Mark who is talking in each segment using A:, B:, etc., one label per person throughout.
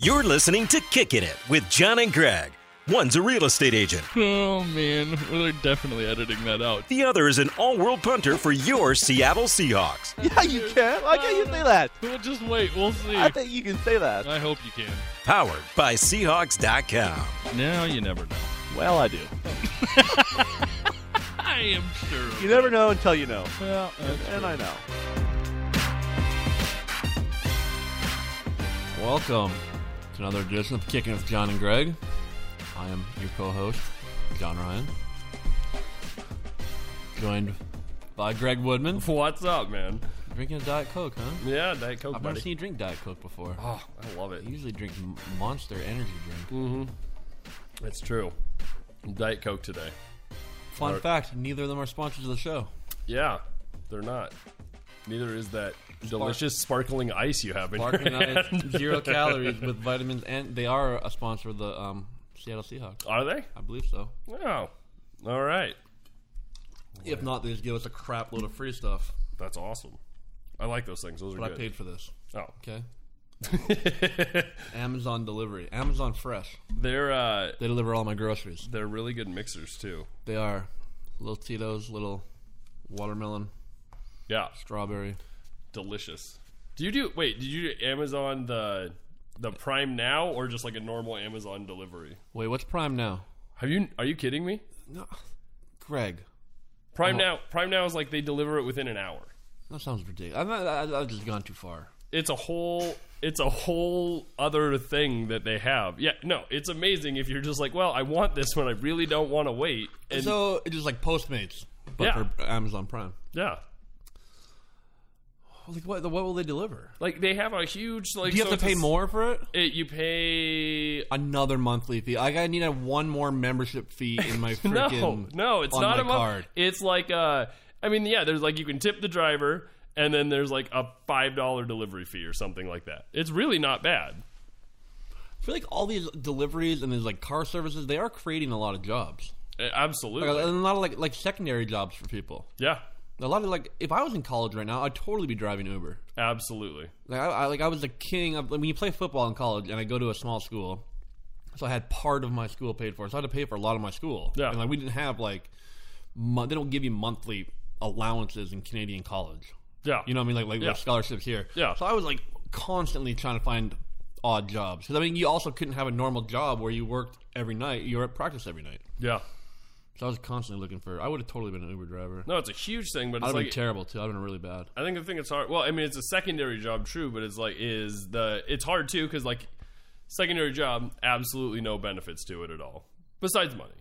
A: You're listening to Kickin' It with John and Greg. One's a real estate agent,
B: Oh man, we're definitely editing that out.
A: the other is an all world punter for your Seattle Seahawks.
C: Yeah, you can. Why can't you say that?
B: We'll just wait. We'll see.
C: I
B: I,
C: think you can say that.
B: hope you can.
A: Powered by Seahawks.com.
B: Now you never know.
C: Well, I do.
B: I am sure. of
C: You
B: it.
C: never know until you know.
B: Well, that's
C: And
B: true.
C: I know.
D: Welcome to another edition of Kicking It with John and Greg. I am your co-host, John Ryan, joined by Greg Woodman.
E: What's up, man?
D: Drinking a Diet Coke, huh?
E: Yeah, Diet Coke,
D: I've never
E: buddy.
D: seen you drink Diet Coke before.
E: oh, I love it.
D: I usually drink M- Monster Energy drink.
E: It's true. Diet Coke today.
D: Fun fact: neither of them are sponsors of the show.
E: Yeah, they're not. Neither is that delicious sparkling ice you have in your
D: Barking
E: hand.
D: Ice, zero calories with vitamins, and they are a sponsor of the um, Seattle Seahawks.
E: Are they?
D: I believe so.
E: Oh, all right.
D: If not, they just give us a crap load of free stuff.
E: That's awesome. I like those things. Those are
D: But I
E: good.
D: paid for this.
E: Oh,
D: Okay. Amazon delivery. Amazon Fresh.
E: they're uh,
D: They deliver all my groceries.
E: they're really good mixers too.
D: They are little Tito's, little watermelon,
E: Yeah,
D: strawberry.
E: delicious. Do you do? Wait, did you do Amazon the the Prime now or just like a normal Amazon delivery?
D: Wait, what's Prime now?
E: Have you? Are you kidding me?
D: No. Greg.
E: Prime
D: Uh-huh.
E: now. Prime now is like they deliver it within an hour.
D: That sounds ridiculous. I'm not, I, I've just gone too far.
E: it's a whole it's a whole other thing that they have. Yeah, no, it's amazing if you're just like, well, I want this when I really don't want to wait. And
D: so it's just like Postmates, but
E: Yeah.
D: for Amazon Prime.
E: yeah,
D: Well, Like what? What will they deliver?
E: like they have a huge like.
D: Do you
E: so
D: have
E: it's
D: to
E: a
D: pay
E: s-
D: more for it?
E: It, you pay.
D: Another monthly fee. Like I need a one more membership fee in my
E: No,
D: freaking
E: no, it's
D: on
E: not
D: my
E: a month.
D: card.
E: It's like uh, I mean, yeah, there's like you can tip the driver, and then there's like a five dollar delivery fee or something like that. It's really not bad.
D: I feel like all these deliveries and these like car services, they are creating a lot of jobs.
E: Uh,
D: Like,
E: Absolutely,
D: a lot of like like secondary jobs for people.
E: yeah,
D: A lot of like, if I was in college right now, I'd totally be driving Uber.
E: absolutely.
D: Like I, I like I was the king of like, when you play football in college, and I go to a small school, so I had part of my school paid for. So I had to pay for a lot of my school.
E: Yeah.
D: and like we didn't have like, mon- they don't give you monthly allowances in Canadian college.
E: Yeah,
D: You know what I mean? Like like
E: Yeah.
D: there's scholarships here.
E: Yeah.
D: So I was like constantly trying to find odd jobs because I mean you also couldn't have a normal job where you worked every night. You were at practice every night.
E: yeah.
D: So I was constantly looking for. I would have totally been an Uber driver.
E: No, it's a huge thing, but
D: I'd
E: it's
D: have
E: like
D: been terrible too. I'd have been really bad.
E: I think the thing it's hard. Well, I mean, it's a secondary job, true, but it's like is the it's hard too because like secondary job, absolutely no benefits to it at all besides money.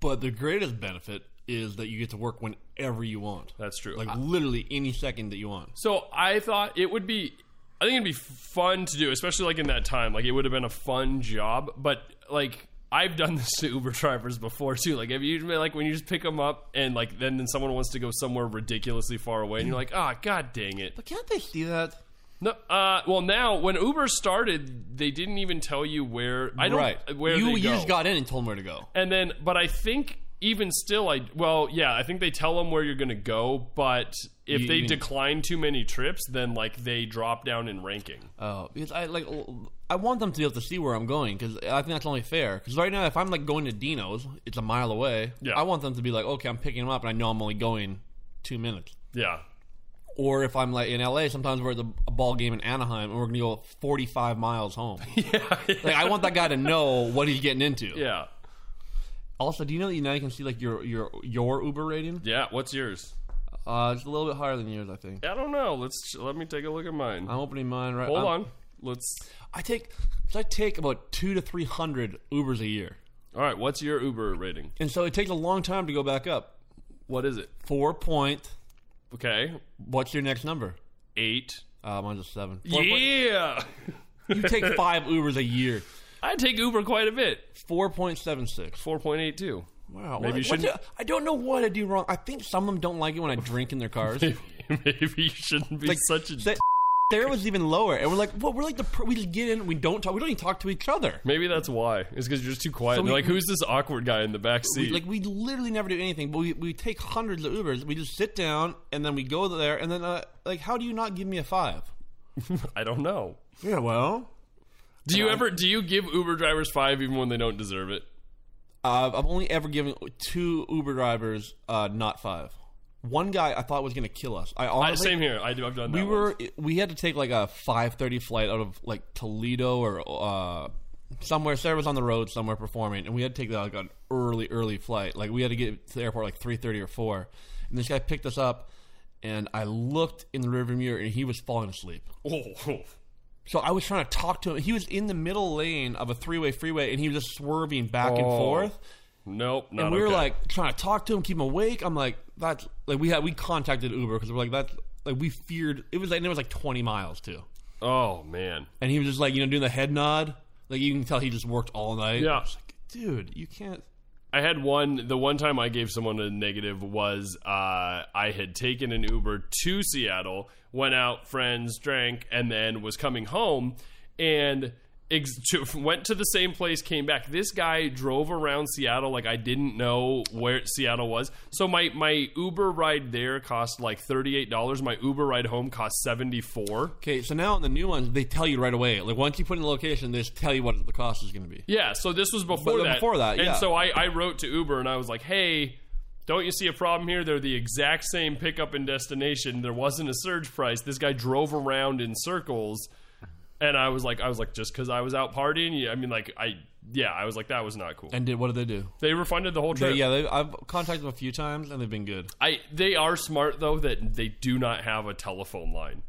D: But the greatest benefit is that you get to work whenever you want.
E: That's true.
D: Like literally any second that you want.
E: so I thought it would be, I think it'd be fun to do, especially like in that time. Like it would have been a fun job, but like. I've done this to Uber drivers before too. Like, have you like when you just pick them up and like then, then someone wants to go somewhere ridiculously far away, and you're like, ah, god dang it.
D: But can't they see that?
E: No, uh, well, now when Uber started, they didn't even tell you where. I don't
D: right.
E: where
D: you
E: they
D: you
E: go.
D: just got in and told them where to go.
E: and then, but I think even still, I well, yeah, I think they tell them where you're going to go, but if
D: You-
E: they
D: you-
E: decline too many trips, then like they drop down in ranking.
D: Oh, because I like l- I want them to be able to see where I'm going because I think that's only fair. Because right now, if I'm like going to Dino's, it's a mile away.
E: Yeah.
D: I want them to be like, okay, I'm picking them up, and I know I'm only going two minutes.
E: Yeah,
D: Or if I'm like in LA, sometimes we're at the, a ball game in Anaheim, and we're gonna go 45 miles home.
E: yeah,
D: like I want that guy to know what he's getting into.
E: yeah,
D: Also, do you know that you now you can see like your your your Uber rating?
E: yeah. What's yours?
D: Uh, it's a little bit higher than yours, I think.
E: I don't know. Let's let me take a look at mine.
D: I'm opening mine right.
E: Hold
D: I'm-
E: on. Let's.
D: I take so I take about two to three hundred Ubers a year,
E: All right. What's your Uber rating?
D: and so it takes a long time to go back up.
E: What is it?
D: Four point.
E: Okay,
D: What's your next number?
E: eight.
D: Uh, mine's a seven. Four point-
E: Yeah,
D: you take five Ubers a year.
E: I take Uber quite a bit.
D: Four point seven six.
E: Four point eight two.
D: Wow.
E: Maybe you
D: what-
E: shouldn't-
D: what's it- I don't know what I do wrong. I think some of them don't like it when I drink in their cars.
E: Maybe you shouldn't be
D: Like,
E: such a.
D: say- there was even lower, and we're like, well, we're like the pr- we just get in, we don't talk, we don't even talk to each other.
E: Maybe that's why. It's because you're just too quiet.
D: So
E: They're
D: we-
E: like, who's this awkward guy in the back
D: We,
E: seat?
D: like we literally never do anything, but we, we take hundreds of Ubers. We just sit down and then we go there, and then uh, like, how do you not give me a five?
E: I don't know.
D: Yeah, well,
E: Do you ever do you give Uber drivers five even when they don't deserve it?
D: Uh, I've only ever given two Uber drivers uh, not five. One guy I thought was going to kill us. I
E: I,
D: honestly,
E: same here. I do. I've done.
D: we
E: that
D: were
E: once.
D: we had to take like a five thirty flight out of like Toledo or uh, somewhere. Sarah was on the road somewhere performing, and we had to take like an early early flight. Like we had to get to the airport like three thirty or four. And this guy picked us up, and I looked in the rearview mirror, and he was falling asleep.
E: Oh,
D: So I was trying to talk to him. He was in the middle lane of a three way freeway, and he was just swerving back and
E: Oh.
D: forth.
E: nope. Not
D: and we were
E: okay.
D: like trying to talk to him, keep him awake. I'm like, that's like we had we contacted Uber because we're like that's like we feared it was like and it was like 20 miles too,
E: oh man.
D: and he was just like you know doing the head nod, like you can tell he just worked all night.
E: Yeah.
D: I was like, dude, you can't.
E: I had one. The one time I gave someone a negative was uh, I had taken an Uber to Seattle, went out, friends, drank, and then was coming home and ex- to, went to the same place, came back. This guy drove around Seattle like I didn't know where Seattle was. So my my Uber ride there cost like thirty eight dollars. My Uber ride home cost seventy four.
D: Okay, so now in the new ones they tell you right away. Like once you put in the location, they just tell you what the cost is going to be.
E: Yeah, so this was before
D: But
E: that.
D: before that, yeah.
E: And so I, I wrote to Uber and I was like, hey, don't you see a problem here? They're the exact same pickup and destination. There wasn't a surge price. This guy drove around in circles. And I was like, I was like, just because I was out partying, yeah, I mean, like, I, yeah, I was like, that was not cool.
D: And did, what did they do?
E: they refunded the whole
D: They- uh,
E: trip.
D: yeah, they, I've contacted them a few times and they've been good.
E: I, they are smart though that they do not have a telephone line.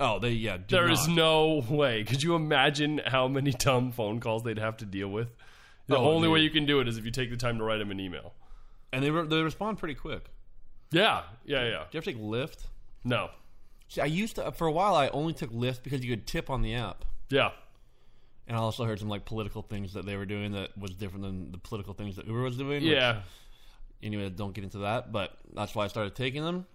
D: Oh, they yeah. did
E: There is
D: not.
E: no way. Could you imagine how many dumb phone calls they'd have to deal with? The
D: Oh,
E: only
D: dude.
E: way you can do it is if you take the time to write them an email.
D: and they re- they respond pretty quick.
E: Yeah, yeah, yeah.
D: Do you ever take Lyft?
E: No,
D: See, I used to for a while. I only took Lyft because you could tip on the app,
E: yeah.
D: and I also heard some like political things that they were doing that was different than the political things that Uber was doing. which-
E: Yeah.
D: anyway, don't get into that, but that's why I started taking them,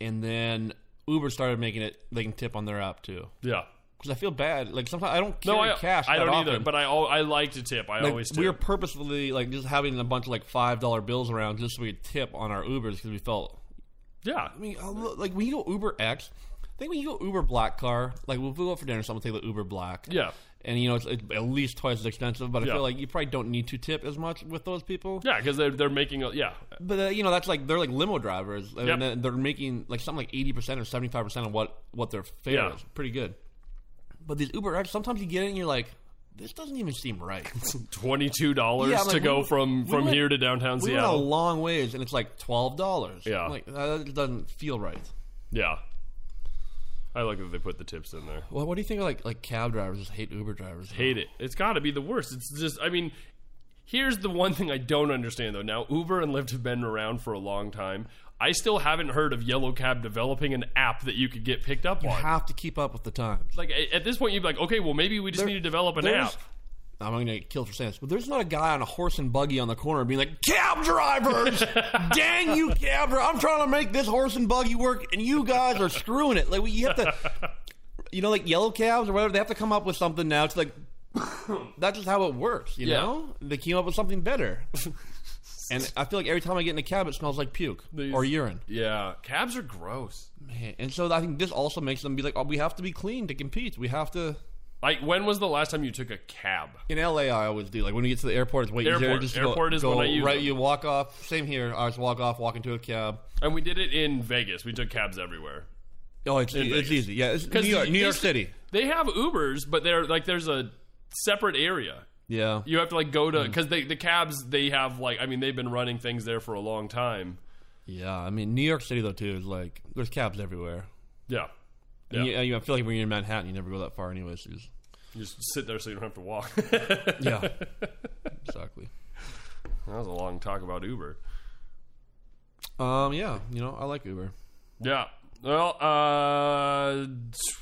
D: and then Uber started making it they can tip on their app too.
E: Yeah.
D: Because I feel bad. Like sometimes I don't carry
E: No, I,
D: cash.
E: I
D: that
E: don't either,
D: often.
E: but I al- I like to tip. I
D: Like,
E: always tip.
D: we were purposefully like just having a bunch of like five dollar bills around just so we could tip on our Ubers because we felt
E: yeah.
D: I mean, I'll look- like when you go Uber X, I think when you go Uber Black Car, like we'll go out for dinner, someone take the Uber Black.
E: Yeah.
D: And you know, it's, it's at least twice as expensive, but I
E: Yeah.
D: feel like you probably don't need to tip as much with those people.
E: Yeah, because they're, they're making a. Yeah.
D: But uh, you know, that's like they're like limo drivers, and
E: Yep.
D: then they're making like something like eighty percent or seventy five percent of what what their fare
E: Yeah.
D: is. Pretty good. But these Uber X, sometimes you get in and you're like, this doesn't even seem right.
E: $22
D: Yeah,
E: to
D: like, we-
E: go from,
D: we
E: from
D: went-
E: here to downtown
D: we went a
E: Seattle.
D: long ways, and it's like twelve dollars.
E: Yeah.
D: like that doesn't feel right.
E: yeah. I like that they put the tips in there.
D: Well, what do you think? Of, like like cab drivers just hate Uber drivers.
E: Hate it. It's got to be the worst. It's just, I mean, here's the one thing I don't understand, though. Now, Uber and Lyft have been around for a long time. I still haven't heard of Yellow Cab developing an app that you could get picked up
D: You
E: on.
D: have to keep up with the times.
E: like a- at this point you'd be like okay well maybe we just need to develop an app
D: there's- I'm going to get killed for saying this, but there's not a guy on a horse and buggy on the corner being like, cab drivers! Dang you, cab drivers! I'm trying to make this horse and buggy work, and you guys are screwing it. Like, you have to, you know, like yellow cabs or whatever, they have to come up with something now. It's like, that's just how it works, you
E: Yeah.
D: know? They came up with something better. and I feel like every time I get in a cab, it smells like puke
E: These-
D: or urine.
E: yeah cabs are gross
D: Man, And so I think this also makes them be like, oh, we have to be clean to compete. We have to.
E: like when was the last time you took a cab
D: In LA, I always do. Like when you get to the airport, it's way easier.
E: Airport.
D: Just to
E: Airport
D: go,
E: is
D: go
E: when I use
D: right.
E: them.
D: You walk off. Same here. I just walk off, walk into a cab.
E: and we did it in vegas we took cabs everywhere
D: Oh, it's
E: In
D: it's
E: Vegas.
D: easy. Yeah, it's New York,
E: the-
D: New York
E: these-
D: City.
E: they have ubers but they're like there's a separate area
D: Yeah,
E: you have to like go to
D: Hmm.
E: because they the cabs they have like i mean they've been running things there for a long time
D: yeah. I mean, New York City though too is like there's cabs everywhere.
E: yeah
D: Yeah,
E: Yeah.
D: you, you- I feel like when you're in Manhattan, you never go that far, anyways. You just-
E: you just sit there so you don't have to walk that
D: yeah, exactly.
E: was a long talk about uber
D: Um, yeah, you know, I like Uber.
E: yeah well uh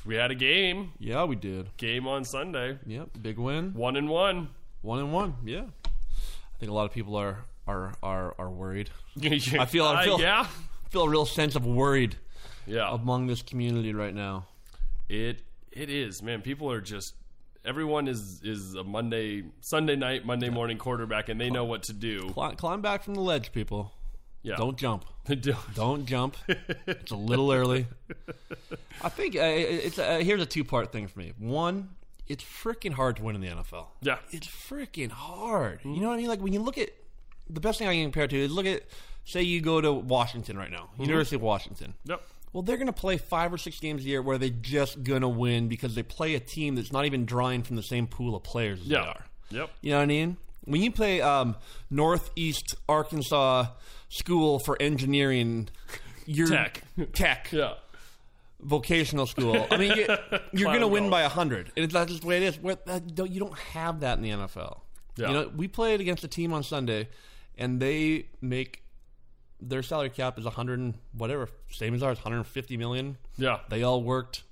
E: we had a game
D: Yeah, we did.
E: game on sunday
D: Yep, big win,
E: one and one
D: one and one. Yeah, I think a lot of people are are are are worried.
E: I
D: feel- I feel-
E: yeah.
D: feel a real sense of worried
E: Yeah.
D: among this community right now.
E: it it is, man. People are just everyone is is a Monday Sunday night, Monday morning quarterback and they know what to do.
D: Climb, climb back from the ledge, people.
E: Yeah.
D: Don't jump.
E: Don't-
D: Don't jump. it's a little early. I think uh, it's uh, here's a two part thing for me. One, it's freaking hard to win in the NFL.
E: Yeah. Mm-hmm.
D: It's freaking hard. You know what I mean? Like when you look at the best thing I can compare it to is look at say you go to Washington right now, University of Washington.
E: Mm-hmm. Yep.
D: Well, they're going to play five or six games a year where they're just going to win because they play a team that's not even drawing from the same pool of players as
E: Yeah.
D: they are.
E: Yep.
D: You know what I mean? When you play um, Northeast Arkansas School for Engineering, you're
E: Tech.
D: tech,
E: Yeah.
D: vocational school. I mean, you, you're going to
E: Clown
D: win
E: college.
D: by hundred, and it's not just the way it is. What, that, don't, you don't have that in the NFL.
E: Yeah.
D: You know, we played against a team on Sunday, and they make their salary cap is hundred and whatever, same as ours, hundred and fifty million.
E: Yeah.
D: They all worked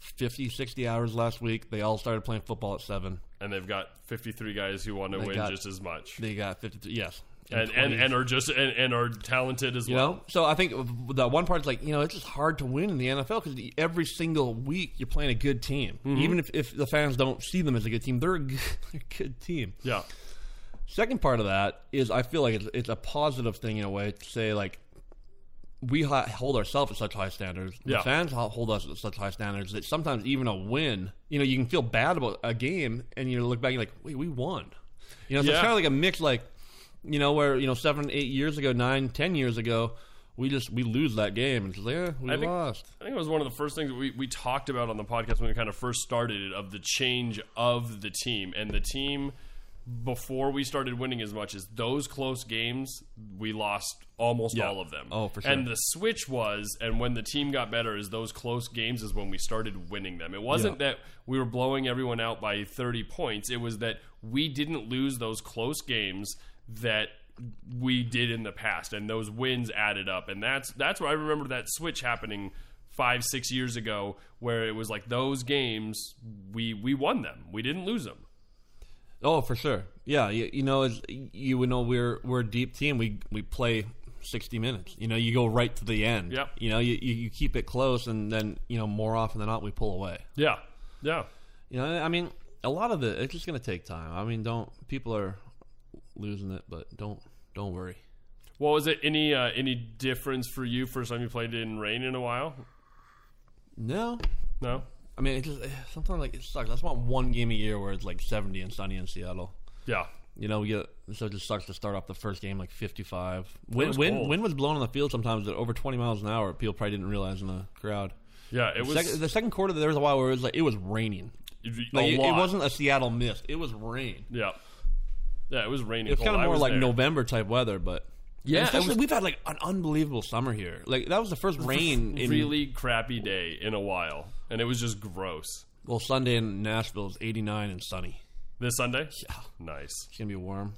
D: 50, 60 hours last week. They all started playing football at seven.
E: And they've got 53 guys who want to win
D: got-
E: just as much.
D: They got 53. Yes.
E: And, and,
D: 20.
E: and are just and, and are talented as
D: you
E: well.
D: know, so I think the one part is like you know it's just hard to win in the NFL because every single week you're playing a good team,
E: Mm-hmm.
D: even if, if the fans don't see them as a good team, they're a good, they're a good team.
E: Yeah.
D: Second part of that is I feel like it's, it's a positive thing in a way to say like we ha- hold ourselves at such high standards.
E: Yeah.
D: The fans ho- hold us at such high standards that sometimes even a win, you know, you can feel bad about a game and you look back and you're like, wait, we won. You know, so it's
E: Yeah.
D: kind of like a mix, like you know, where you know seven, eight years ago, nine, ten years ago, we just we lose that game and it's like, yeah, we
E: I think-
D: lost.
E: I think it was one of the first things that we, we talked about on the podcast when we kind of first started it of the change of the team. And the team, before we started winning as much as those close games, we lost almost
D: Yeah.
E: all of them.
D: Oh, for sure.
E: And the switch was, and when the team got better, is those close games is when we started winning them. It wasn't that we were blowing everyone out by 30 points, it was that we didn't lose those close games that we did in the past and those wins added up and that's that's where i remember that switch happening five six years ago where it was like those games we we won them we didn't lose them
D: Oh, for sure. Yeah, you, you know, as you would know, we're we're a deep team. We we play sixty minutes. You know, you go right to the end.
E: Yep.
D: You know, you, you, you keep it close, and then you know more often than not we pull away.
E: yeah yeah
D: You know, I mean, a lot of it it's just going to take time. I mean, don't people are losing it, but don't don't worry.
E: well was it any uh, any difference for you first time you played in rain in a while
D: No,
E: no
D: I mean, it just sometimes like it sucks. I just want one game a year where it's like seventy and sunny in Seattle.
E: yeah
D: You know, we get, so it just sucks to start off the first game like 55. Wind,
E: was
D: wind,
E: cold.
D: wind was blown on the field sometimes at over 20 miles an hour. People probably didn't realize in the crowd.
E: yeah it was
D: Second, the second quarter, there was a while where it was like it was raining.
E: a
D: Like, it, it
E: lot.
D: wasn't a Seattle mist. It was rain.
E: yeah yeah it was raining
D: It was kind
E: cold.
D: of
E: I
D: more like
E: there.
D: November type weather, but
E: Yeah, it
D: especially
E: was-
D: we've had like an unbelievable summer here. Like that was the first rain in
E: really crappy day in a while and it was just gross
D: well Sunday in Nashville is 89 and sunny.
E: this sunday yeah nice
D: It's gonna be warm.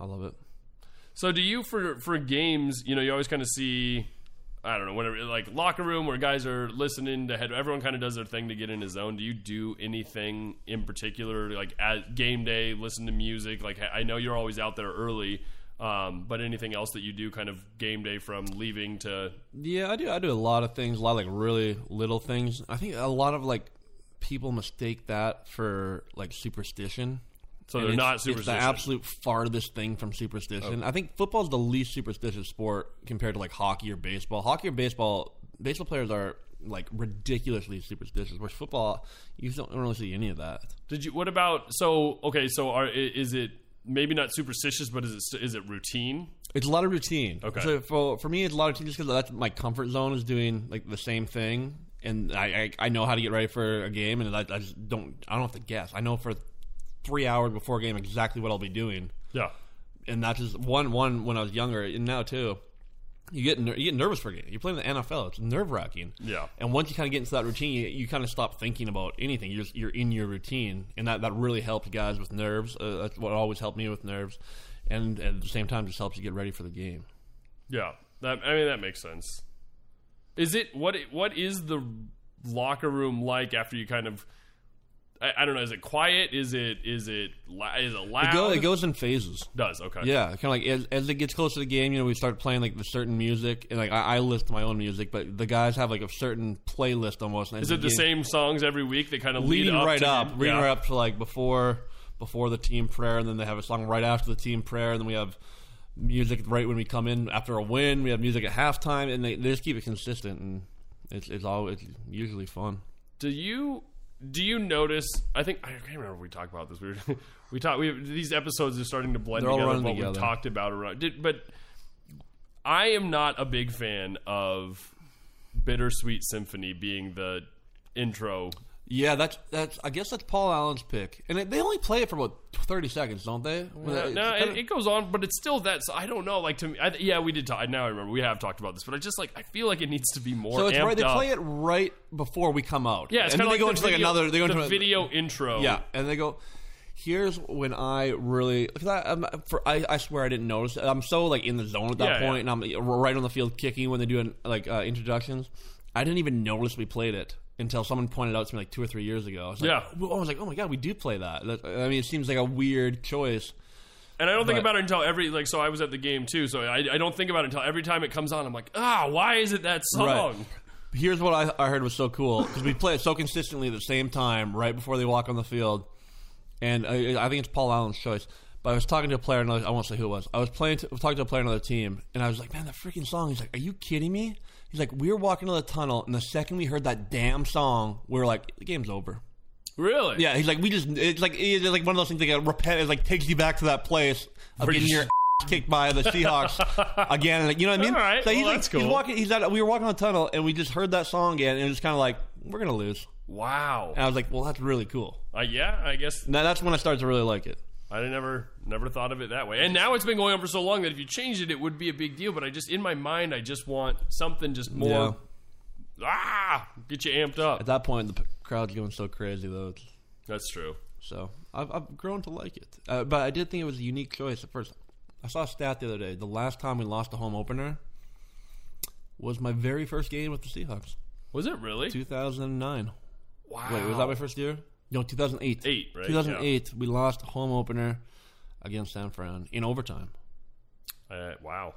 D: I love it.
E: So do you for for games? You know, you always kind of see. I don't know, whatever, like locker room where guys are listening to head. Everyone kind of does their thing to get in his zone. Do you do anything in particular, like at game day, listen to music? Like I know you're always out there early, um, but anything else that you do, kind of game day from leaving to
D: Yeah, I do. I do a lot of things, a lot of like really little things. I think a lot of like people mistake that for like superstition.
E: so
D: And
E: they're
D: it's-
E: not superstitious. Oh.
D: It's the absolute farthest thing from superstition. I think football's the least superstitious sport compared to like hockey or baseball. Hockey or baseball, baseball players are like ridiculously superstitious. Whereas football, you just don't really see any of that.
E: Did you? What about? So okay, so are i- is it maybe not superstitious, but is it st- is it routine?
D: It's a lot of routine.
E: Okay.
D: So for for me, it's a lot of routine just because that's my comfort zone is doing like the same thing, and I, I I know how to get ready for a game, and I, I just don't I don't have to guess. I know for three hours before a game exactly what I'll be doing,
E: Yeah,
D: and that's just one one when I was younger, and now too. You get ner- you get nervous for a game. You're playing the NFL. It's nerve wracking.
E: Yeah.
D: And once you kind of get into that routine, you, you kind of stop thinking about anything. You're just, you're in your routine, and that that really helps guys with nerves. Uh, that's what always helped me with nerves, and at the same time, just helps you get ready for the game.
E: Yeah, that I mean that makes sense. Is it what what is the locker room like after you kind of I, I don't know is it quiet is it is it la- is it loud
D: It, go, it goes in phases.
E: does okay
D: Yeah, kind of like as, as it gets closer to the game, you know, we start playing like the certain music, and like I, I list my own music, but the guys have like a certain playlist almost.
E: is it the same songs every week that kind of lead
D: leading
E: up
D: right
E: to
D: up, leading
E: yeah.
D: right up to like before before the team prayer, and then they have a song right after the team prayer, and then we have music right when we come in after a win. We have music at halftime, and they, they just keep it consistent, and it's it's always it's usually fun.
E: Do you do you notice? I think I can't remember if we talked about this. We were, we talked. We these episodes are starting to blend
D: They're all
E: together.
D: running
E: what we
D: together.
E: talked about around, did, but I am not a big fan of "Bittersweet Symphony" being the intro.
D: Yeah, that's that's. I guess that's Paul Allen's pick, and it, they only play it for about thirty seconds, don't they? When
E: No,
D: they-
E: no,
D: it's
E: it, it goes on, but it's still that. So I don't know. Like to me, I, th- yeah, we did. Talk, now I remember we have talked about this, but I just like I feel like it needs to be more.
D: so it's
E: amped
D: right. They
E: up.
D: play it right before we come out.
E: Yeah, it's
D: and
E: kind
D: then
E: of
D: they
E: like
D: go
E: the
D: into like
E: video-
D: another. They go
E: the
D: into a-
E: video intro.
D: Yeah, and they go. Here's when I really because I I'm, for I, I swear I didn't notice. I'm so like in the zone at that
E: Yeah,
D: point, and I'm right on the field kicking when they do an, like uh, introductions. I didn't even notice we played it until someone pointed out to me like two or three years ago. I was like,
E: Yeah.
D: oh, I was like, oh my god, we do play that. That- I mean, it seems like a weird choice.
E: And I don't think
D: But-
E: about it until every like. So I was at the game too. So I, I don't think about it until every time it comes on. I'm like, ah, why is it that song?
D: Right. Here's what I, I heard was so cool because we play it so consistently at the same time right before they walk on the field, and I, I think it's Paul Allen's choice. But I was talking to a player, another, I won't say who it was. I was playing, to, talking to a player on another team, and I was like, "Man, that freaking song!" He's like, "Are you kidding me?" He's like, "We were walking to the tunnel, and the second we heard that damn song, we were like, the game's over."
E: Really?
D: Yeah, he's like, "We just it's like it's like one of those things that get repent, it like takes you back to that place of
E: Where you
D: getting your
E: just-
D: ass kicked by the Seahawks again." Like, you know what I mean?
E: All right,
D: So he's
E: well,
D: like,
E: that's
D: He's
E: cool.
D: walking. He's at, we were walking on the tunnel, and we just heard that song again, and it was kind of like, "We're gonna lose."
E: Wow.
D: And I was like, "Well, that's really cool."
E: Uh, yeah. I guess
D: Now that's when I started to really like it.
E: I never never thought of it that way. And now it's been going on for so long that if you changed it, it would be a big deal. But I just in my mind, I just want something just more. Ah, get you amped
D: At
E: up.
D: that point, the p- crowd's going so crazy though. It's,
E: That's true.
D: so I've, I've grown to like it, uh, but I did think it was a unique choice at first. I saw a stat the other day. The last time we lost a home opener was my very first game with the Seahawks.
E: Was it really?
D: 2009.
E: wow.
D: Wait, was that my first year? No, 2008.
E: Eight, right?
D: 2008. We lost home opener against San Fran in overtime.
E: Uh, wow.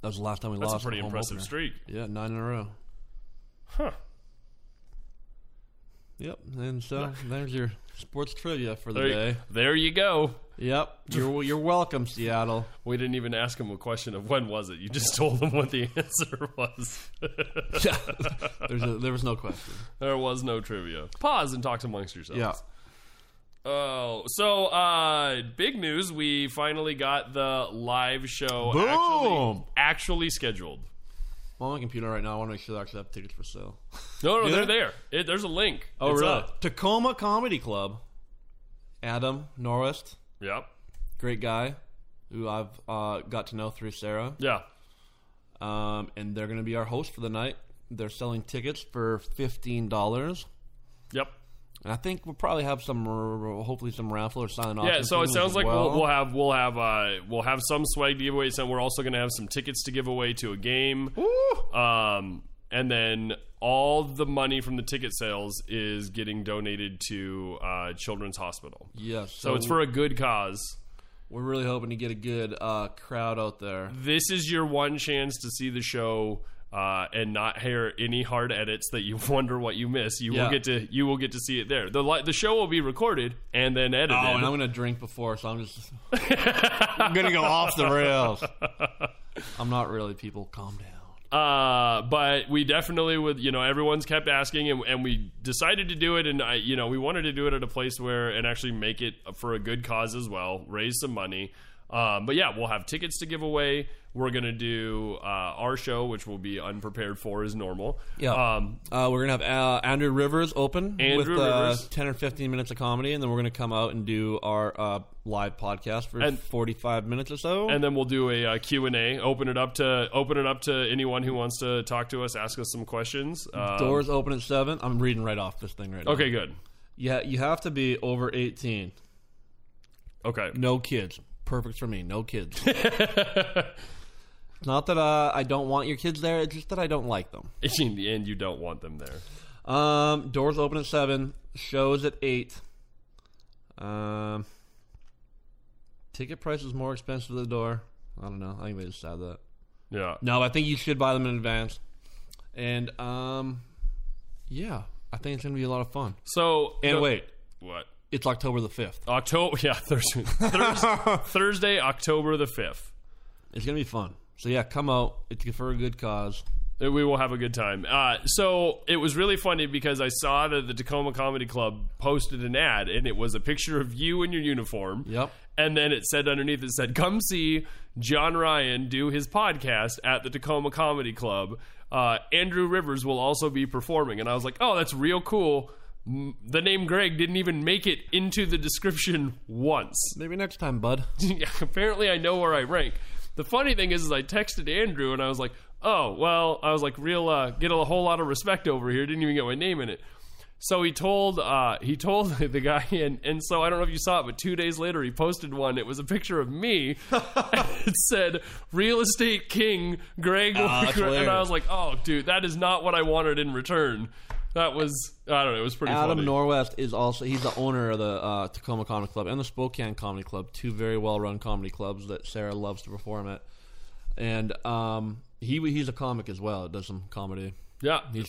D: That was the last time we
E: That's a
D: lost.
E: pretty
D: home
E: impressive
D: opener.
E: streak.
D: Yeah, nine in a row.
E: Huh.
D: Yep. And so there's your sports trivia for the
E: There
D: day.
E: you, there you go.
D: Yep. You're you're welcome, Seattle.
E: We didn't even ask him a question of when was it. You just told him what the answer was.
D: Yeah. There's a, there was no question.
E: there was no trivia. Pause and talk amongst yourselves.
D: Yeah.
E: Oh, so uh, big news! We finally got the live show
D: Boom!
E: actually actually scheduled.
D: I'm on my computer right now. I want to make sure they actually have tickets for sale.
E: No, no,
D: Yeah. Oh,
E: they're there. It, there's a link. It's up.
D: Tacoma Comedy Club. Adam Norwest,
E: Yep.
D: great guy, who I've uh, got to know through Sarah.
E: Yeah.
D: um, and they're going to be our host for the night. They're selling tickets for fifteen dollars,
E: Yep.
D: and I think we'll probably have some, r- hopefully some raffle or sign off.
E: Yeah. So it sounds like
D: well.
E: we'll, we'll have we'll have uh, we'll have some swag to give away. So we're also going to have some tickets to give away to a game. Um, and then all the money from the ticket sales is getting donated to uh, Children's Hospital.
D: yes. So,
E: So it's for a good cause.
D: we're really hoping to get a good uh, crowd out there.
E: this is your one chance to see the show uh, and not hear any hard edits that you wonder what you miss. You
D: Yeah.
E: will get to you will get to see it there. the li- The show will be recorded and then edited.
D: Oh, and I'm going to drink before, so I'm just I'm going to go off the rails. I'm not really. People, calm down.
E: uh, but we definitely would. You know, everyone's kept asking, and, and we decided to do it. And I, you know, we wanted to do it at a place where and actually make it for a good cause as well, raise some money. Um, but yeah, we'll have tickets to give away. We're gonna do uh, our show, which we'll be unprepared for as normal.
D: Yeah.
E: Um,
D: Uh, we're gonna have uh, Andrew Rivers open
E: Andrew
D: with uh,
E: Rivers.
D: ten or fifteen minutes of comedy, and then we're gonna come out and do our uh, live podcast for
E: And-
D: forty-five minutes or so.
E: and then we'll do a uh, Q&A open it up to open it up to anyone who wants to talk to us ask us some questions uh,
D: Doors open at seven. I'm reading right off this thing right now.
E: okay good
D: Yeah, you have to be over eighteen.
E: okay
D: No kids. Perfect for me. No kids. it's not that uh, I don't want your kids there. It's just that I don't like them.
E: in the end you don't want them there
D: Um, doors open at seven. Shows at eight. Um, ticket price is more expensive at the door. I don't know. I think they just said that.
E: yeah
D: No, I think you should buy them in advance. And um, yeah, I think it's gonna be a lot of fun.
E: so
D: And
E: the-
D: wait,
E: what
D: it's October the fifth.
E: October yeah Thursday Thursday, Thursday October the 5th
D: It's gonna be fun. So yeah, come out. It's for a good cause.
E: Uh, We will have a good time. Uh, so it was really funny because I saw that the Tacoma Comedy Club posted an ad, and it was a picture of you in your uniform.
D: Yep.
E: And then it said underneath, it said, "Come see John Ryan do his podcast at the Tacoma Comedy Club. Uh, Andrew Rivers will also be performing." And I was like, "Oh, that's real cool." M- The name Greg didn't even make it into the description once.
D: Maybe next time, bud.
E: Yeah, apparently I know where I rank. The funny thing is, is I texted Andrew and I was like, "Oh, well," I was like, "Real, uh, get a whole lot of respect over here." Didn't even get my name in it. So he told uh, he told the guy, and and so I don't know if you saw it, but two days later he posted one. It was a picture of me. it said "Real Estate King Greg,"
D: Ah, that's
E: Walker," and I
D: hilarious.
E: was like, "Oh, dude, that is not what I wanted in return." That was I don't know. It was pretty
D: Adam
E: funny.
D: Norwest is also he's the owner of the uh, Tacoma Comedy Club and the Spokane Comedy Club, two very well-run comedy clubs that Sarah loves to perform at. And um, he he's a comic as well. Does some comedy.
E: yeah,
D: He's